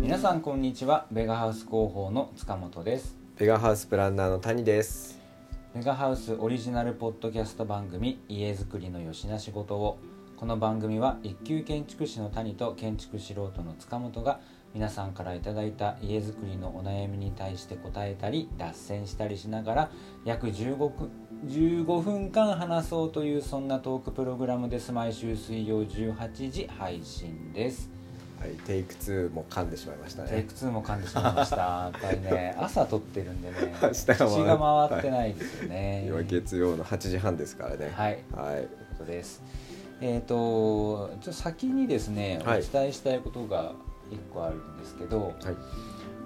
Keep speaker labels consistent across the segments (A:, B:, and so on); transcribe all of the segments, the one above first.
A: 皆さんこんにちはベガハウス広報の塚本です
B: ベガハウスプランナーの谷です。
A: ベガハウスオリジナルポッドキャスト番組家づくりのよしな仕事をこの番組は一級建築士の谷と建築素人の塚本が皆さんからいただいた家づくりのお悩みに対して答えたり脱線したりしながら約15分 ,15 分間話そうというそんなトークプログラムです毎週水曜18時配信です
B: はい、テイク2も噛んでしまいました
A: テイ
B: ね
A: ク。2も噛んでしまいましたやっぱりね朝撮ってるん でね
B: 舌が回
A: 口が回ってないですよね、
B: 今月曜の8時半ですからね。
A: はい
B: はい。
A: ということですえっ、とちょっと先にですねお
B: はい
A: 伝えしたいことが1個あるんですけど、
B: はい。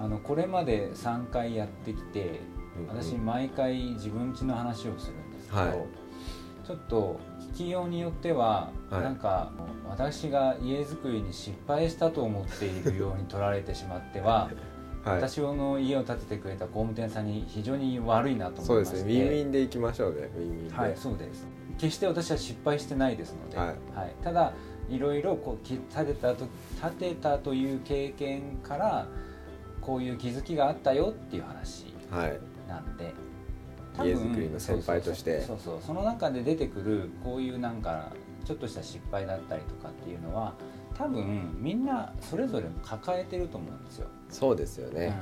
A: あのこれまで3回やってきて
B: うんうん
A: 私毎回自分家の話をするんですけど、
B: はい
A: ちょっと聞きようによっては、
B: はい
A: なんか私が家づくりに失敗したと思っているように取られてしまっては
B: はい。
A: 私の家を建ててくれた工務店さんに非常に悪いなと
B: そ
A: 思
B: う
A: いま
B: で
A: して
B: すね。ウィンウィンでいきましょうね。ウィンウィンで。
A: はい、そうです決して私は失敗してないですので、は
B: はい
A: いただいろいろこうき立てたと立てたという経験からこういう気づきがあったよっていう話
B: はい。
A: なんで
B: 家づくりの先輩として
A: そうそうそうそうその中で出てくるこういうなんかちょっとした失敗だったりとかっていうのは多分みんなそれぞれ抱えてると思うんですよ。
B: そうですよね。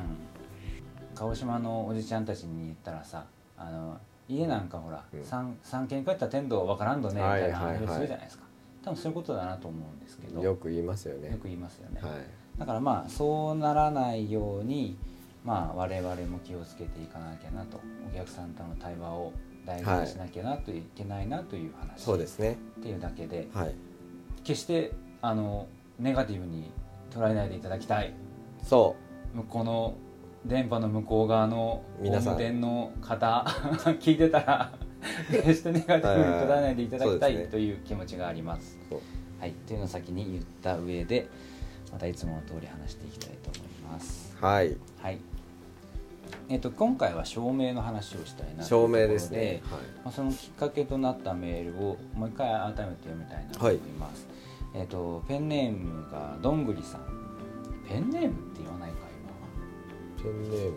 A: うん、鹿児島のおじちゃんたちに言ったらさあの家なんかほら、
B: うん
A: 三三軒帰ったら天童わからんどねみたいな
B: はいはい
A: 話
B: はい
A: をするじゃないですか、多分そういうことだなと思うんですけど
B: よ
A: よ
B: く言いますよね。
A: く言いますよね、
B: はい。
A: だからまあそうならないようにまあ我々も気をつけていかなきゃなとお客さんとの対話を大事にしなきゃなといけないなという話、
B: そうですね。
A: っていうだけで
B: はい。
A: 決してあのネガティブに捉えないでいただきたい
B: そ
A: 向こうの電波の向こう側の
B: 皆さん
A: 本店の方 聞いてた ら決して ネガティブに取らないでいただきた
B: はいはい
A: い
B: はい
A: という気持ちがあります。
B: う。そう
A: はい、というのを先に言った上でまたいつもの通り話していきたいと思います。
B: はい。
A: はいえっと今回は照明の話をしたいなという
B: 証
A: ところ
B: 明ですね。はい。
A: まあ、そのきっかけとなったメールをもう一回改めて読みたいなと思います、えっ、とペンネームがどんぐりさんペンネームって言わないか今は
B: ペンネーム。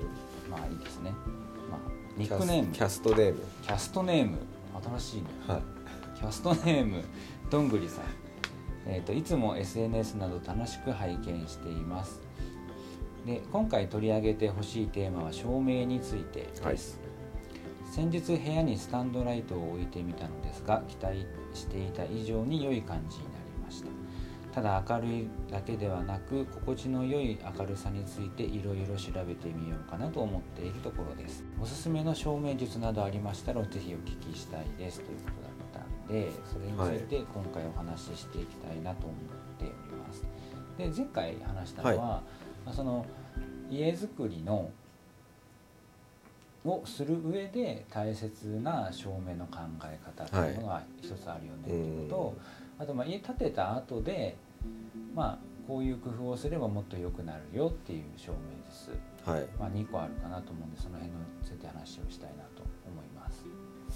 A: まあいいですね。まあ、ニックネーム、
B: キ
A: キャ
B: ャスキャストネーム。
A: ストネーム、新しいね。
B: はい。
A: キャストネーム、どんぐりさん。えっ、と、いつも SNS など楽しく拝見しています。で、今回取り上げてほしいテーマは照明についてです。先日部屋にスタンドライトを置いてみたのですが期待していた以上に良い感じになりましたただ明るいだけではなく心地の良い明るさについていろいろ調べてみようかなと思っているところですおすすめの照明術などありましたらぜひお聞きしたいですということだったんでそれについて今回お話ししていきたいなと思っております、で前回話したのは、まあその家づくりのをする上で大切な照明の考え方っていうのが一つあるよねっていうこと、
B: うん
A: あとまあ家建てた後でまあこういう工夫をすればもっと良くなるよっていう証明です、
B: はい。
A: まあ、2個あるかなと思うんでその辺のついて話をしたいなと思います。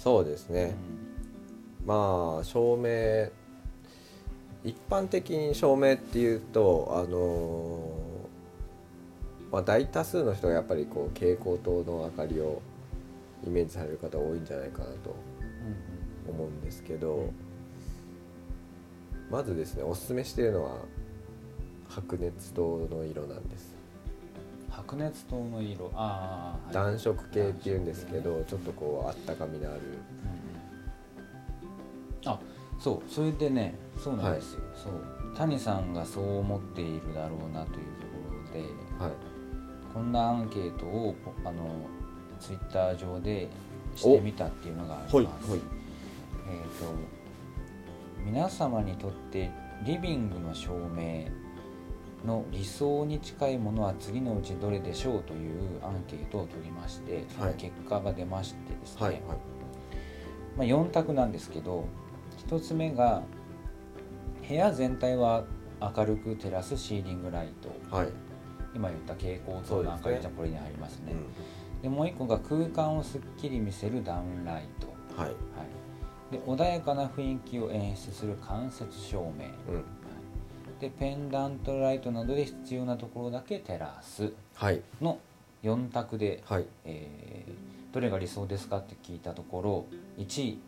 B: そうですね。
A: うん
B: まあ照明一般的に照明っていうとあのーまあ、大多数の人がやっぱりこう蛍光灯の明かりをイメージされる方多いんじゃないかなと
A: うん
B: 思うんですけどまずですねおすすめしているのは白熱灯の色なんです
A: うん、白熱灯の色ああ、はい
B: 暖色系っていうんですけどちょっとこうあったかみのあ
A: うんうん
B: る
A: あそうそれでねそうなんですよ、そう谷さんがそう思っているだろうなというところで
B: はい
A: こんなアンケートをポあのツイッター上でしてみたっていうのがあります、
B: はいはい
A: えっ、と皆様にとってリビングの照明の理想に近いものは次のうちどれでしょうというアンケートを取りましてその結果が出ましてですね、
B: はいはい
A: まあ、4択なんですけど1つ目が部屋全体は明るく照らすシーリングライト
B: はい、
A: 今言った蛍光灯なんか
B: そうですね
A: りじゃこれに入りますね
B: う
A: でもう1個が空間をすっきり見せるダウンライト、
B: んはい
A: はい、で穏やかな雰囲気を演出する間接照明、はい
B: うん
A: でペンダントライトなどで必要なところだけ照らす
B: はい
A: の4択で、
B: はい
A: えーどれが理想ですかって聞いたところ1位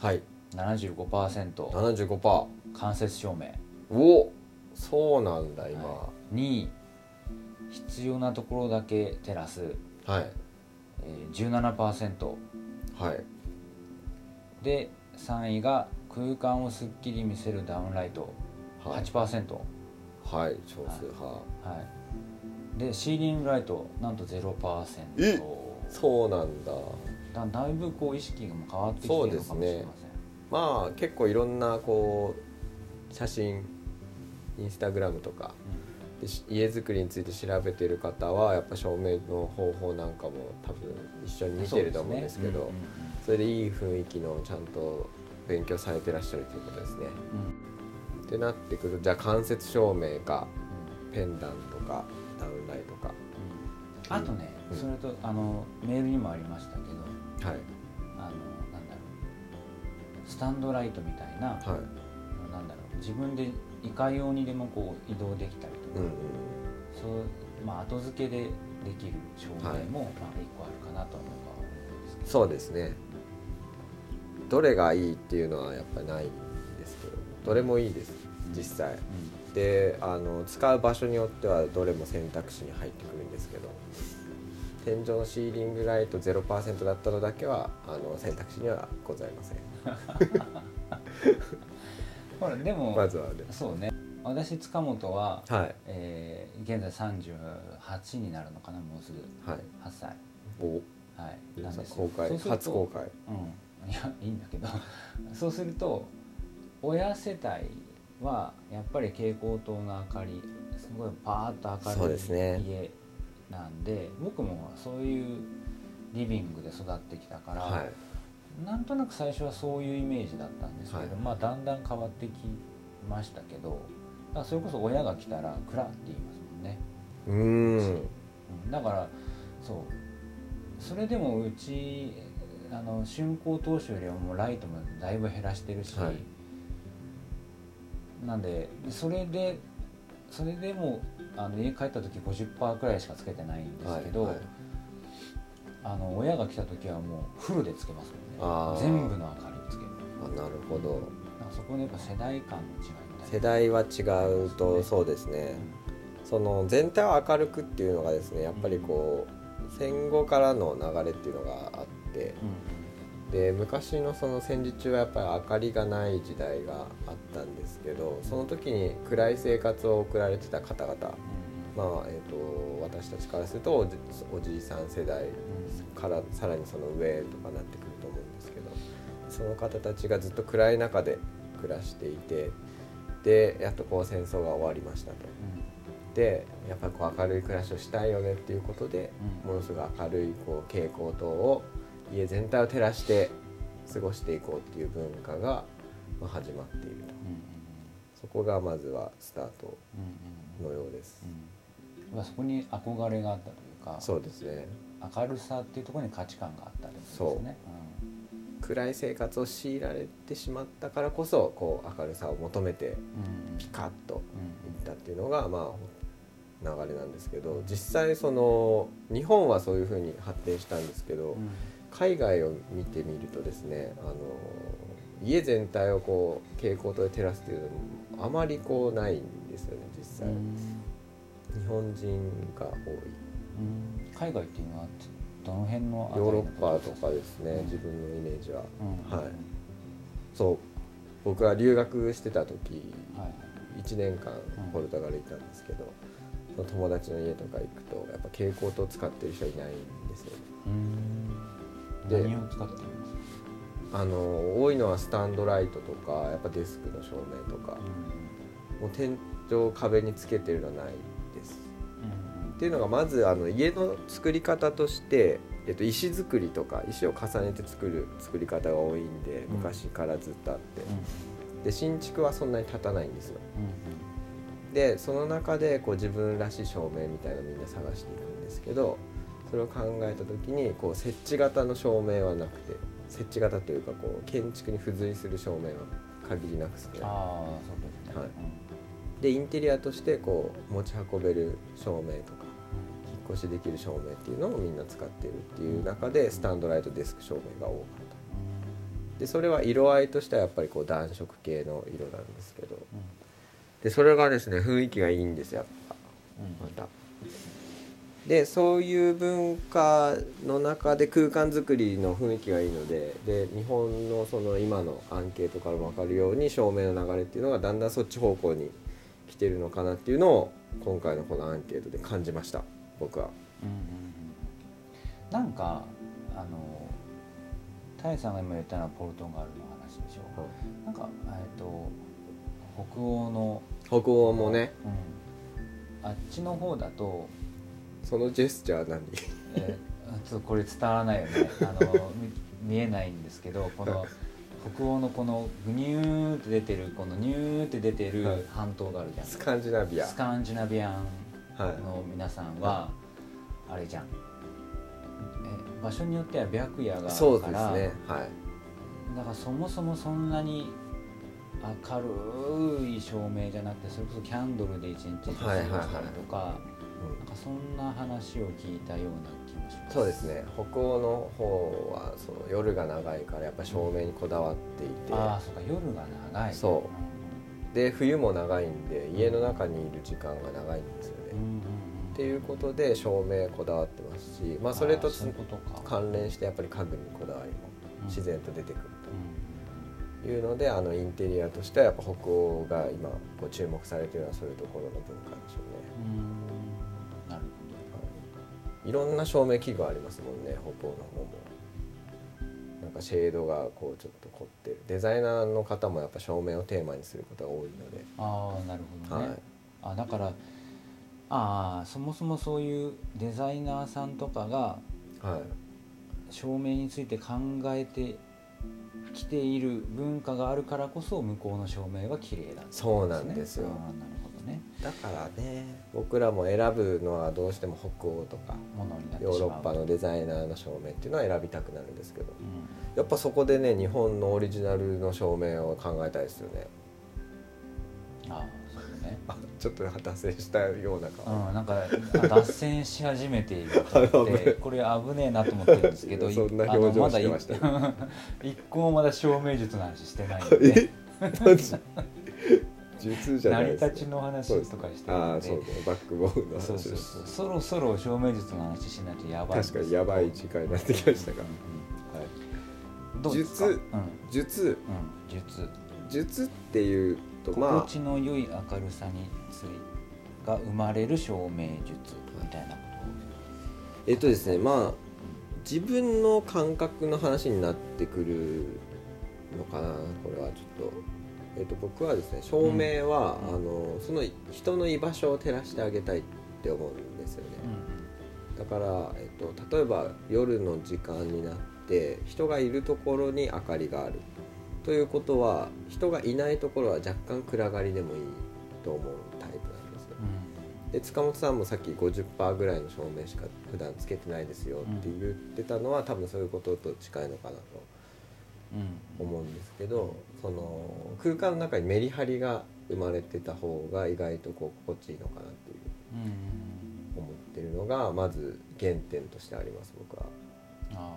B: はい
A: 75%
B: 75%
A: 間接照明
B: おそうなんだ今
A: は2位必要なところだけ照らす、
B: はい
A: えー17%
B: はい
A: で3位が空間をすっきり見せるダウンライト
B: はい
A: 8%、
B: はい少数派
A: はい、でシーリングライトなんと0%
B: えそうなんだ
A: だだいぶこう意識がもう変わってきてるのかもしれません、
B: まあ結構いろんなこう写真インスタグラムとかでし家づくりについて調べてる方はやっぱ照明の方法なんかも多分一緒に見てると思うんですけどそ
A: そうですね
B: れでいい雰囲気のちゃんと勉強されてらっしゃるということですね。
A: うんうんうん
B: ってなってくるとじゃあ間接照明かペンダントかダウンライトか
A: うんあとね、
B: うん
A: それとあのメールにもありましたけど
B: はい
A: あのなんだろうスタンドライトみたいな、
B: はい
A: なんだろう自分でいかようにでもこう移動できたりと
B: う
A: か、
B: んうん
A: そうまあ、後付けでできる照明も、まあ、一個あるかなとは思うか思うんですけど
B: そうですねどれがいいっていうのはやっぱりないんですけどどれもいいです実際であの使う場所によってはどれも選択肢に入ってくるんですけど天井のシーリングライト0%だったのだけはあの選択肢にはございません
A: うん、ほらでも、
B: まずはね
A: そうね私塚本は、
B: はい
A: えー現在38になるのかなもうすぐ
B: はい
A: 8歳
B: お
A: はいなんですよ
B: 公
A: そ
B: 開
A: うすると
B: 初公開
A: うんいやいいんだけど そうすると親世帯はやっぱり蛍光灯の明かりすごいパーッと
B: そ
A: 明
B: う
A: る
B: ですね
A: い家なんで僕もそういうリビングで育ってきたから、
B: はい
A: なんとなく最初はそういうイメージだったんですけど、
B: はい
A: まあだんだん変わってきましたけどだからそれこそ親が来たら「暗」って言いますもんね、
B: うーん
A: うん、だからそうそれでもうちあの竣工当初よりはもうライトもだいぶ減らしてるし、
B: はい
A: なんでそれでそれでもあの家帰った時50%くらいしかつけてないんですけど、
B: はいはい
A: あの親が来た時はもうフルでつけますもん
B: あー
A: ね全部の明かりをつける
B: あなるほど
A: なんかそこのやっぱ世代間の違いみた
B: 世
A: いな
B: 代は違うとそうですねその全体を明るくっていうのがですねやっぱりこう戦後からの流れっていうのがあってで昔のその戦時中はやっぱり明かりがない時代があったんですけどその時に暗い生活を送られてた方々
A: う
B: まあえー、と私たちからするとおじおじいさん世代
A: んうんうん
B: からさらにその上とかなってくると思うんですけどその方たちがずっと暗い中で暮らしていてでやっとこう戦争が終わりましたと。でやっぱこう明るい暮らしをしたいよねっていうことで
A: うん
B: ものすごい明るいこう蛍光灯を家全体を照らして過ごしていこうっていう文化がまあ始まっていると
A: うんうん
B: そこがまずはスタート
A: うんうんうん
B: のようです、
A: うんまあそこに憧れがあったというか
B: そうですね
A: 明るさっていうところに価値観があったんですね
B: 暗い生活を強いられてしまったからこそこう明るさを求めて
A: うんうんうん
B: ピカッと
A: うん
B: いったっていうのがまあ流れなんですけど実際その日本はそういうふうに発展したんですけど、
A: うんうん
B: 海外を見てみるとですねあの家全体をこう蛍光灯で照らすというのもあまりこうないんですよね実際、日本人が多い
A: うん海外っていうのはどの辺の
B: ヨーロ
A: 辺りの
B: ッパとかですね、
A: うん
B: 自分のイメージは
A: うん
B: はいそう僕は留学してた時
A: はい
B: 1年間
A: うん
B: ポルトガルにいたんですけど、その友達の家とか行くとやっぱ蛍光灯使ってる人いないんですよね
A: うん
B: で
A: 何を使ってるんですか
B: あの多いのはスタンドライトとかやっぱデスクの照明とか、もう天井壁につけてるのはないですっていうのがまずあの家の作り方として、えっと、石造りとか石を重ねて作る作り方が多いんで
A: うん
B: 昔からずっとあって、で新築はそんなに立たないんですよ
A: うんうん
B: でその中でこう自分らしい照明みたいなのみんな探していくんですけどそれを考えた時にこう設置型の照明はなくて設置型というかこう建築に付随する照明は限りなく少ない
A: ああそうですね
B: はいでインテリアとしてこう持ち運べる照明とか引っ越しできる照明っていうのをみんな使ってるっていう中でスタンドライトデスク照明が多かったでそれは色合いとしてはやっぱりこう暖色系の色なんですけどでそれがですね雰囲気がいいんですよやっぱまた。でそういう文化の中で空間づくりの雰囲気がいいのでで日本のその今のアンケートからも分かるように照明の流れっていうのがだんだんそっち方向に来てるのかなっていうのを今回のこのアンケートで感じました僕は。
A: うんうんうんなんかあのタイさんが今言ったのはポルトガルの話でしょ、
B: は
A: なんかえっと北欧の、
B: 北欧もね
A: うんあっちの方だと,、
B: そのジェスチャー何
A: えー ちょっとこれ伝わらないよねあのみ見えないんですけどこの北欧のこのグニューって出てるこのニューって出て
B: はい
A: る半島があるじゃん、
B: スカンジナビア
A: スカンジナビアン
B: はい
A: の皆さんはあれじゃんえ場所によっては白夜があ
B: そ
A: る
B: うで
A: か
B: すね
A: ら、
B: はい
A: だからそもそもそんなに明るい照明じゃなくてそれこそキャンドルで一日過ごしたりとか、
B: うん
A: なんかそんな話を聞いたような気もします
B: そうですね北欧の方はその夜が長いからやっぱ照明にこだわっていて
A: ああそうか夜が長い
B: そうんで冬も長いんで家の中にいる時間が長いんですよね、
A: うんうんうん
B: っていうことで照明こだわってますし、まあ、それと
A: あー
B: つ
A: そういうことか
B: 関連してやっぱり家具にこだわりも
A: うん
B: 自然と出てくる
A: う
B: というのであのインテリアとしてはやっぱ北欧が今こう注目されてるのはそういうところの文化でしょうね、
A: んうんなる
B: はい、いろんな照明器具ありますもんね北欧の方もなんかシェードがこうちょっと凝ってるデザイナーの方もやっぱ照明をテーマにすることが多いので、
A: ほどああなるほど
B: は
A: ね、
B: い、
A: あだからああそもそもそういうデザイナーさんとかが
B: はい、
A: 照明について考えてきている文化があるからこそ向こうの照明は綺麗だ
B: そうなんですよ、
A: ああなるほどね
B: だからね僕らも選ぶのはどうしても北欧とか
A: ものになってしま
B: ヨ
A: う
B: ー
A: と
B: ロッパのデザイナーの照明っていうのは選びたくなるんですけど
A: うん
B: やっぱそこでね日本のオリジナルの照明を考えたいですよね
A: ああそうだね
B: あちょっと脱線したような顔、
A: うん、なんかあ脱線し始めていると
B: あ
A: 思
B: 危
A: っ
B: ない
A: てこれ危ねえなと思ってるんですけ ど
B: そんな
A: あの
B: 表情してましたよ
A: まだ 一一個もまだ照明術の話してないんで
B: えマジ術じゃ
A: 成
B: ない
A: り
B: です、ね、
A: 立ちの話とかしてる
B: あ
A: ん
B: あ
A: で
B: そうねバックボーンの話
A: そうそうそうそろそろ照明術の話しないとやばいんです
B: 確かにやばい時間になってきましたが、はい、
A: うんどうですか
B: 術
A: うん
B: 術
A: うん術
B: 術っていうと
A: 心
B: ま
A: 地の良い明るさについが生まれる照明術みたいなこ
B: あえっとですねまあ自分の感覚の話になってくるのかなこれはちょっと。えっと、僕はですね照明は、
A: うん
B: あのその人の居場所を照らしてあげたいって思うんですよね、
A: と、うん
B: だから、えっと、例えば夜の時間になって人がいるところに明かりがあるということは人がいないところは若干暗がりでもいいと思うタイプなんですよで塚本さんもさっき50%ぐらいの照明しか普段つけてないですよって言ってたのは多分そういうことと近いのかなと
A: うんうん
B: 思うんですけどその空間の中にメリハリが生まれてた方が意外とこう心地いいのかなっていう
A: うんうん
B: 思ってるのがまず原点としてあります僕は。
A: あ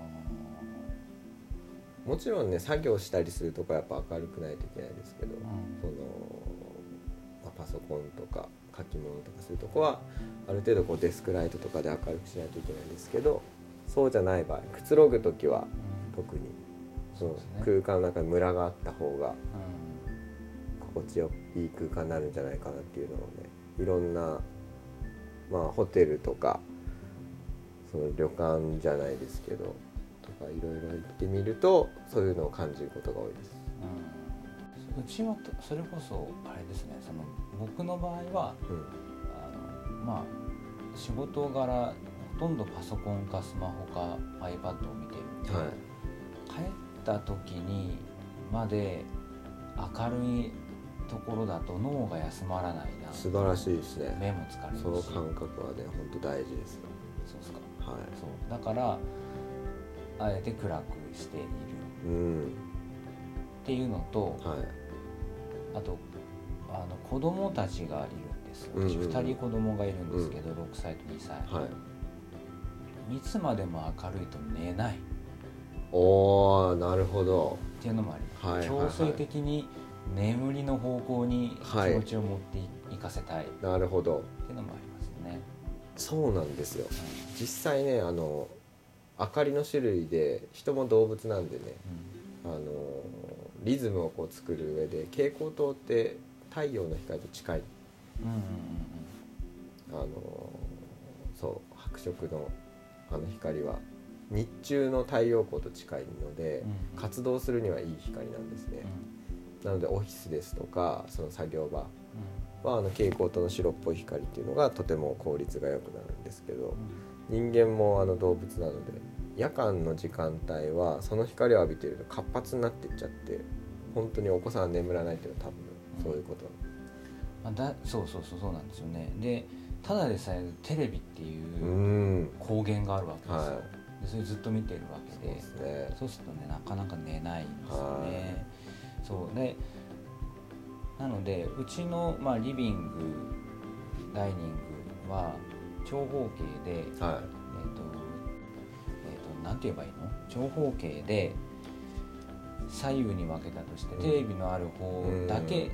B: もちろんね作業したりするとこはやっぱ明るくないといけないですけど、
A: ーうん
B: その、まあパソコンとか書き物とかするとこはある程度こうデスクライトとかで明るくしないといけないんですけどそうじゃない場合くつろぐ時は
A: うん
B: 特にそ
A: そう
B: の
A: ですね
B: 空間の中にムラがあった方が
A: うん
B: 心地よいい空間になるんじゃないかなっていうのをねいろんな、まあ、ホテルとかその旅館じゃないですけどとかいろいろ行ってみるとそういうのを感じることが多いです。
A: うんうちはとそれこそあれですねその僕の場合は
B: うん
A: あのまあ仕事柄ほとんどパソコンかスマホか iPad を見てるんで、
B: はい
A: 帰った時にまで明るいところだと脳が休まらないな
B: 素晴らしいですね
A: 目も疲れるし
B: その感覚はね本当大事ですよ
A: そうっすか
B: は
A: そうだからあえて暗くしている
B: いうん
A: っていうのと
B: はい
A: あとあの子供たちがいるんです
B: うんう
A: 私
B: ん
A: 2人子供がいるんですけど、6歳と2歳、
B: はい
A: い、つまでも明るいと寝ないっ
B: おーなるほど
A: ていうのもあります、
B: はいはいはい
A: 強制的に眠りの方向に気
B: はい
A: 持ちを持ってい行かせたいっ
B: なるほど
A: ていうのもありますよね、
B: そうなんですよ実際ねあの明かりの種類で人も動物なんでねあのリズムをこう作る上で蛍光灯って太陽の光と近い
A: うん、うんうん
B: あのそう白色のあの光は日中の太陽光と近いので
A: うんうんうん
B: 活動するにはいい光なんですね
A: うん
B: なのでオフィスですとかその作業場
A: う
B: はあの蛍光灯の白っぽい光っていうのがとても効率が良くなるんですけど
A: ん
B: 人間もあの動物なので夜間の時間帯はその光を浴びてると活発になっていっちゃって本当にお子さんは眠らないっていうのは多分そういうこと
A: まあ、だそうそうそうそうなんですよねでただでさえテレビっていううん光源があるわけですよ、
B: は
A: でそれずっと見てるわ
B: い
A: け
B: そう
A: で
B: ですね
A: そうするとねなかなか寝ないんですよ
B: は
A: ね。そうでなのでうちの、まあ、リビングダイニングは長方形で、えっと
B: は
A: えっとなんて言えばいいの長方形で左右に分けたとして、
B: うん
A: テレビのある方だ
B: う
A: け
B: ん
A: 電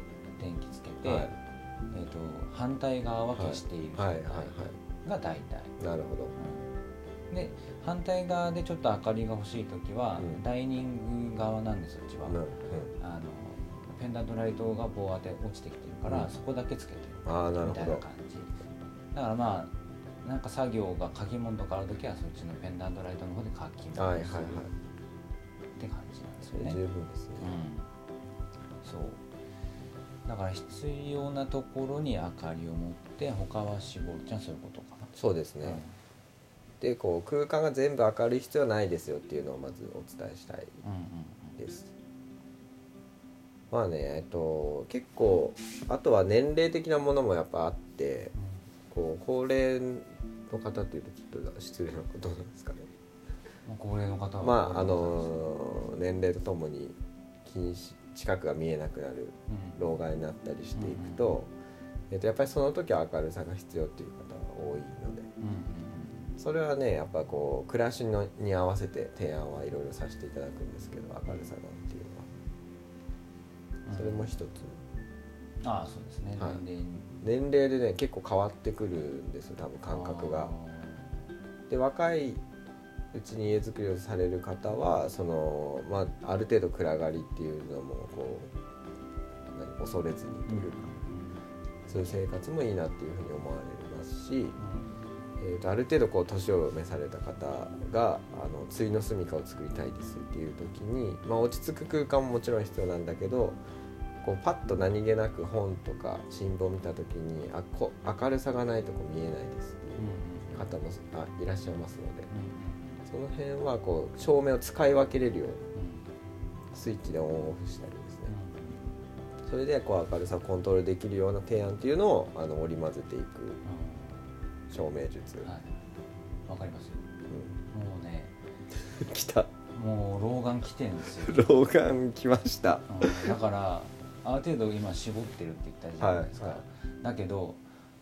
A: 気つけ
B: い
A: て、
B: はい
A: えっと反対側は消している状
B: はいは
A: 態
B: いは
A: が大体。
B: いなるほど
A: で反対側でちょっと明かりが欲しい時は、
B: うん
A: ダイニング側なんですうちは、
B: うんうん
A: あのペンダントライトが棒当て落ちてきてるから、
B: うん
A: そこだけつけてる
B: ああなる
A: みた
B: ほ
A: いな
B: ど
A: 感じだからまあなんか作業が書き物とかある時はそっちのペンダントライトの方で書き
B: はいはい
A: 物
B: はい
A: するって感じなんです
B: そ
A: よ
B: れ
A: ね、
B: 十分ですね
A: うん、そうだから必要なところに明かりを持って他はしごちゃんそういうことかな
B: そうですねでこう空間が全部明るい必要はないですよっていうのをまずお伝えしたい
A: うんうん
B: ですまあねえっと結構あとは年齢的なものもやっぱあって
A: うんうん
B: こう高齢の方っていうとちょっと失礼なことなんですかね
A: まあ高齢の方は
B: まああの年齢とともに気にし近くが見えなくなる
A: うん
B: 老害になったりしていくと、えっと、やっぱりその時は明るさが必要っていう方が多いので
A: うんうん
B: それはねやっぱこう暮らしのに合わせて提案はいろいろさせていただくんですけど明るさなんていうのは。
A: うん
B: それも一つ
A: ああそうですね、
B: はい
A: 年齢に
B: 年齢でね結構変わってくるんですよ多分感覚が。で若いうちに家づくりをされる方はその、まあ、ある程度暗がりっていうのもこう何恐れずに
A: あー
B: というか、そういう生活もいいなっていうふうに思われますし、えーとある程度こう年を召された方があのついの住みかを作りたいですっていう時に、まあ、落ち着く空間ももちろん必要なんだけどこうパッと何気なく本とか新聞を見た時にあこ明るさがないとこう見えないですって
A: うんうん
B: いう方もあいらっしゃいますので
A: う
B: その辺はこう照明を使い分けれるように
A: んうん
B: スイッチでオンオフしたりですね
A: う
B: それでこう明るさをコントロールできるような提案っていうのをあの織り交ぜていく照明術、
A: んうんはいわかりますよ
B: う
A: もうね
B: ん、 来た
A: もう老眼来てんですよ、
B: 老眼来ました
A: うんだからある程度今絞ってるって言ったじゃないですか、
B: はいは
A: だけど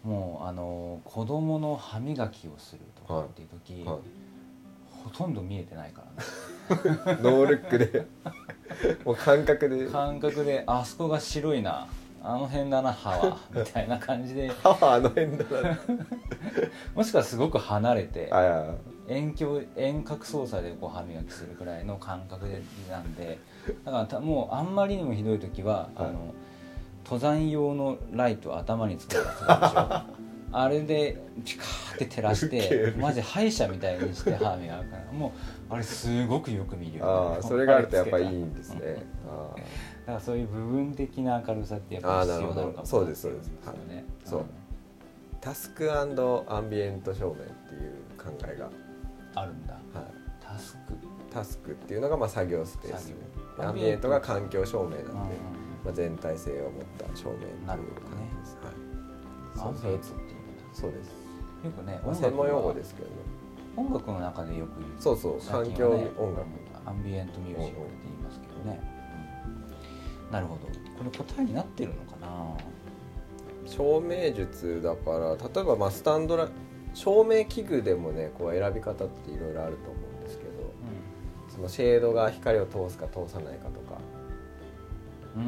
A: もうあの子供の歯磨きをするとかっていう時、
B: はい
A: ほとんど見えてないからね
B: ノールックでもう感覚で
A: 感覚であそこが白いなあの辺だな歯 はみたいな感じで
B: 歯はあの辺だな
A: もしくはすごく離れて
B: あや
A: 遠距遠隔操作でこう歯磨きするくらいの感覚でなんでだからたもうあんまりにもひどい時は、
B: はい
A: あの登山用のライトを頭につけるやつあ るでしょあれでピカーって照らし
B: ウケ
A: て
B: る
A: マジ歯医者みたいにして歯磨くからもうあれすごくよく見るよ、
B: あーそれがあるとやっぱいいんですねあー
A: だからそういう部分的な明るさってやっぱり必要なのかも
B: あーなるほどそうですそうです
A: よね、
B: いそうタスクアンビエント照明っていう考えが、
A: あるんだ
B: はい、
A: タスク
B: タスクっていうのがまあ作業スペース
A: 作業
B: アンビエントが環境照明なんで、
A: うんうん
B: まあ、全体性を持った照明っていう
A: なる
B: 感
A: ほどね
B: じです、
A: ア
B: はい
A: ン
B: そ
A: ビエン
B: う
A: トっていうんだ
B: そうです、
A: よくね
B: まあ、専門用語ですすけどね
A: 音楽の中でよく言う
B: そうそう
A: 最
B: 環
A: 近
B: 境
A: は
B: 音
A: ね
B: 楽、
A: うんアンビエントミュージックって言いますけどね、うんなるほどこれ答えになってるのかな
B: 照明術だから例えばまあスタンドラ照明器具でもねこう選び方っていろいろあると思うんですけどそのシェードが光を通すか通さないかとか
A: うんうー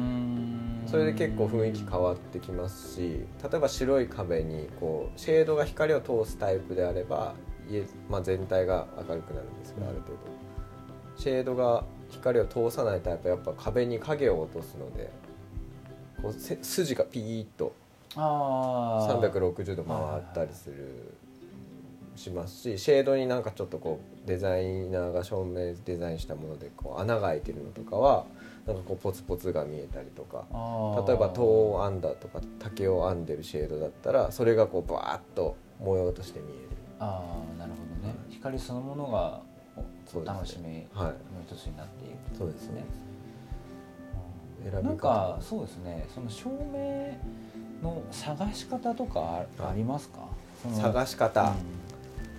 A: ん
B: それで結構雰囲気変わってきますし例えば白い壁にこうシェードが光を通すタイプであれば家、まあ、全体が明るくなるんですけどある程度シェードが光を通さないタイプはやっぱ壁に影を落とすのでこうせ筋がピーッと
A: ああ
B: 360度回ったりするしますしシェードになんかちょっとこうデザイナーが照明デザインしたものでこう穴が開いてるのとかはなんかこうポツポツが見えたりとか例えば塔を編んだとか竹を編んでるシェードだったらそれがこうバーッと模様として見える
A: ああなるほどね光そのものが
B: そうですね
A: 楽しみ
B: はい
A: の一つになっている
B: そうですね選び
A: う
B: 方
A: んなんかそうですねその照明の探し方とかあありますかその
B: 探し方、
A: う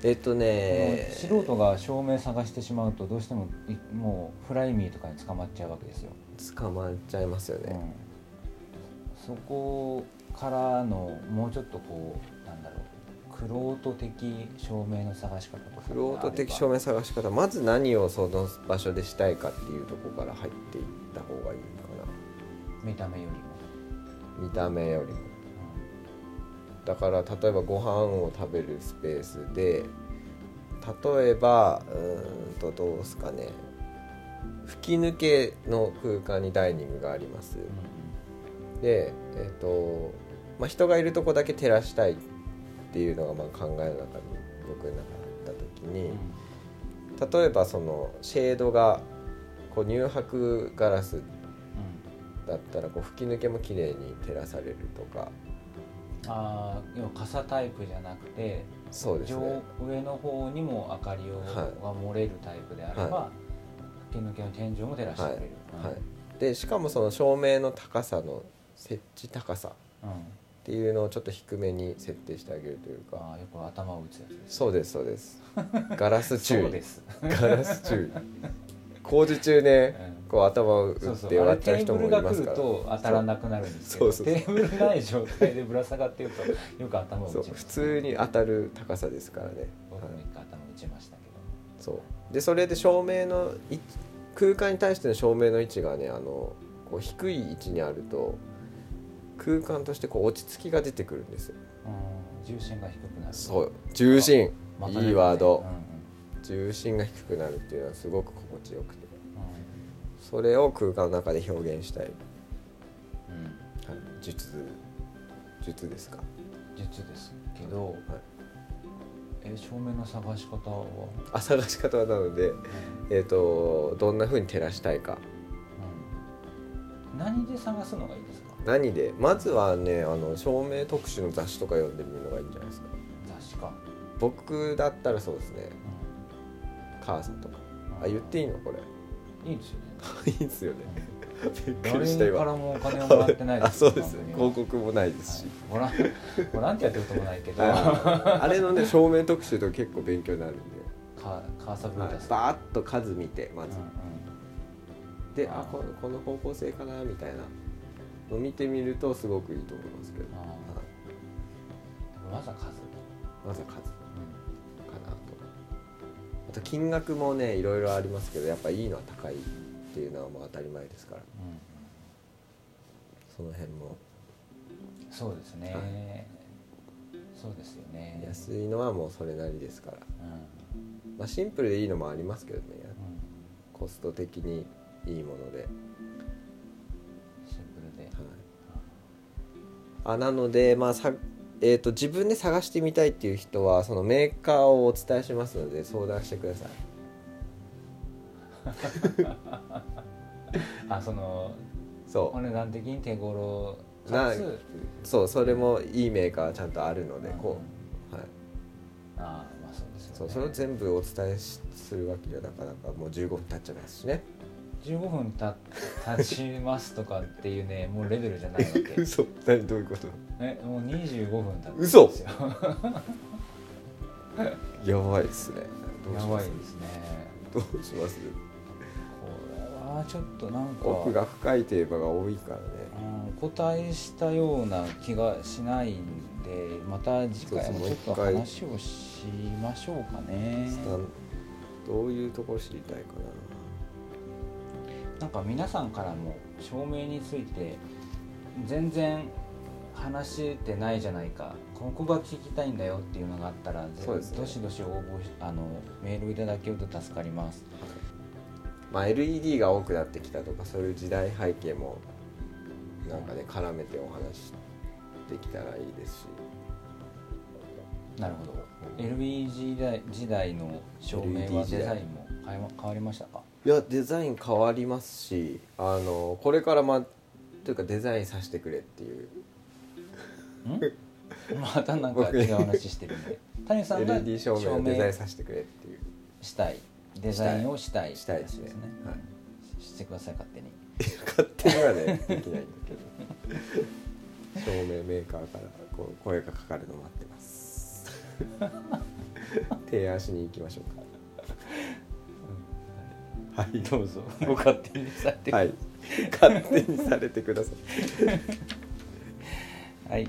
B: えっとね
A: ん素人が照明探してしまうとどうしてもいもうフライミーとかに捕まっちゃうわけですよ、
B: 捕まっちゃいますよ
A: う
B: ね、
A: ん、そこからのもうちょっとこうなんだろうクロート的照明の探し方とか
B: フロート的照
A: 明
B: 明探し方まず何をその場所でしたいかっていうところから入っていった方がいいか
A: 見た目よりも、
B: な見た目よりもだから例えばご飯を食べるスペースで例えばうーんとどうですかね吹き抜けの空間にダイニングがあります
A: うん
B: でえっ、と、まあ、人がいるとこだけ照らしたいっていうのがまあ考えの中に僕の中にあった時
A: うん
B: に
A: うん
B: 例えばそのシェードがこう乳白ガラスだったらこう吹き抜けも綺麗に照らされるとか
A: ああ要は傘タイプじゃなくて
B: そうですね
A: 上上の方にも明かりを、が漏れるタイプであれば、
B: は
A: 吹き抜けの天井も照らしてくれる、
B: はい、でしかもその照明の高さの設置高さ
A: うん
B: っていうのをちょっと低めに設定してあげるというか
A: あーよく頭を打つやつです
B: そうですそうです ガラス注
A: そう
B: 意
A: です、
B: ガラス注意工事中ね
A: うん
B: こう頭を打
A: そう
B: っ
A: そうあ
B: て笑
A: れ
B: っちゃ
A: テー
B: う人
A: ブル
B: もい
A: が
B: ま
A: 来
B: す
A: る
B: から
A: と当たらなくなるんですけ
B: そ
A: ど
B: うそうそう
A: テーブルない状態でぶら下がってるとよく頭を打ち
B: そ
A: ま
B: う
A: す
B: 普通に当たる高さですからね、
A: 僕
B: は
A: も
B: い
A: 一回頭打ちましたけど、
B: そうでそれで照明の位置空間に対しての照明の位置がねあのこう低い位置にあると空間としてこう落ち着きが出てくるんですよ
A: うん重心が低くなる
B: そう重心
A: またね
B: いいワード
A: うんうん
B: 重心が低くなるっていうのはすごく心地よくて
A: う
B: それを空間の中で表現したい、
A: んうん
B: はい、術術ですか
A: 術ですけど、
B: はい
A: え照明の探し方は、
B: あ探し方なので、えー、とどんな風に照らしたいか
A: うん何で探すのがいいですか
B: 何でまずはねあの照明特集の雑誌とか読んでみるのがいいんじゃないですか
A: 雑誌か、
B: 僕だったらそうですね
A: う
B: 母さんとか
A: ん
B: あ言っていいのこれ
A: いいですよね
B: いいですよね びっ
A: うん
B: くりした
A: 誰
B: 今
A: からもお金をもらってない
B: あそうですね
A: この
B: 広告もないですし、
A: 番組ははいボラン ボランティアってこともないけど、
B: はいあれのね照明特集とか結構勉強になるんで、
A: かカーサブ
B: は
A: ー
B: い
A: タス、
B: バーッと数見てま
A: うん
B: ず、
A: うん
B: であこのこの方向性かなみたいなの見てみるとすごくいいと思いますけど、
A: あー
B: はい
A: でもまずは数、
B: まずは数か
A: う
B: なとあと金額もねいろいろありますけどやっぱいいのは高いっていうのはもう当たり前ですから
A: んうん
B: その辺も
A: そうですね、
B: は
A: そうですよね、
B: 安いのはもうそれなりですから、
A: うん
B: まあ、シンプルでいいのもありますけどね
A: うん
B: コスト的にいいもので、はい、
A: シンプルで、
B: あなのでまあさえー、と自分で探してみたいっていう人はそのメーカーをお伝えしますので相談してください
A: あその
B: そう
A: お値段的に手頃
B: な
A: かつ
B: そうそれもいいメーカーはちゃんとあるのでこう、はい、
A: うんああまあそうですよね
B: そうそれを全部お伝えしするわけにはなかなかもう15分経っちゃいますしね
A: 15分た経ちますとかっていうね もうレベルじゃないわけ
B: 嘘何どういうこと
A: えもう25分経って
B: 嘘
A: ですよ
B: やばいですねどうし
A: や
B: ま
A: ばい
B: す
A: ですね
B: どうします
A: これははちょっとなんか
B: 奥が深いといえばが多いからね
A: うんお答えしたような気がしないんでまた次回もちょっと話をしましょうかね
B: スタンどういうところ知りたいか
A: なんか皆さんからも照明について全然話してないじゃないかここが聞きたいんだよっていうのがあったら、ぜひ
B: そうですね
A: どしどし応募しあのメールいただけると助かります
B: な、まあ、LED が多くなってきたとかそういう時代背景もなんかね絡めてお話しできたらいいですし
A: なるほど LB 時代時代の照明は
B: LED 時代
A: デザインも変えま変わりましたか
B: いやデザイン変わりますしあのこれからまというかデザインさせてくれっていうん
A: またなんか違う話してるんで谷さんが
B: LED 照
A: 照
B: 明をデザイン
A: 明
B: させてくれっていう
A: したいデザインをしたい
B: したいです
A: っ
B: ね
A: てこと
B: はい、
A: ししてください勝手に
B: 勝手にはねできないんだけど照明メーカーからこう声がかかるの待ってます提案しに行きましょうかはい
A: どうぞ ご勝手にされてくださ
B: はい勝手にされてください
A: はい、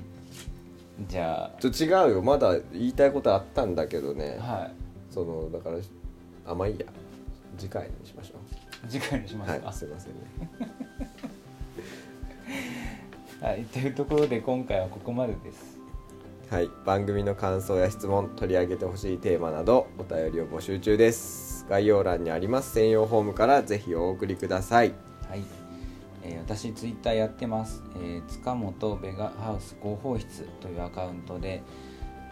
A: じゃ
B: ちょ違うよまだ言いたいことあったんだけどね
A: あ、は
B: そのだからあまあいいや次回にしましょ
A: い、次回にし
B: う
A: ますか
B: はい、すいませんね
A: はいというところで今回はここまでです
B: はい、番組の感想や質問取り上げてほしいテーマなどお便りを募集中です概要欄にあります専用ホームからぜひお送りください
A: はい、えー私ツイッターやってます、えー塚本ベガハウス広報室というアカウントで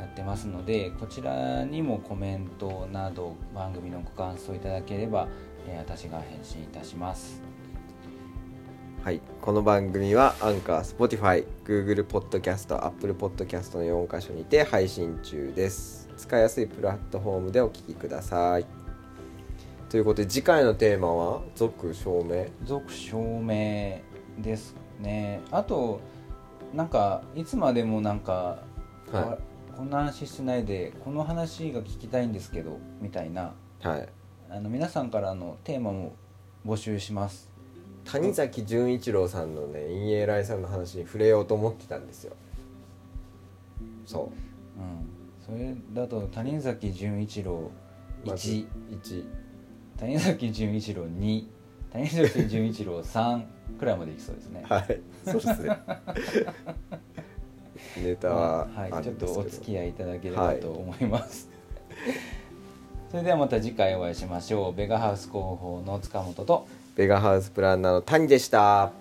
A: やってますのでこちらにもコメントなど番組のご感想いただければ、えー私が返信いたします
B: はい、この番組はアンカー、Spotify、Google ポッドキャスト、Apple ポッドキャストの4箇所にて配信中です使いやすいプラットフォームでお聞きくださいということで次回のテーマは「続証明
A: 続証明ですねあとなんかいつまでもなんか、
B: は
A: あこんな話してないでこの話が聞きたいんですけどみたいな」
B: はい
A: あの皆さんからのテーマも募集します
B: 谷崎潤一郎さんのね陰影来さんの話に触れようと思ってたんですよそう
A: うんそれだと谷崎潤一郎
B: まず
A: 1
B: 1
A: 谷崎潤一郎2谷崎潤一郎3くらいまでいきそうですね
B: はいそうですね ネタは
A: はい
B: あ
A: ちょっ
B: るん
A: と
B: ですけど
A: お付き合いいただければと思います、 それではまた次回お会いしましょうベガハウス広報の塚本と
B: ベガハウスプランナーの谷でした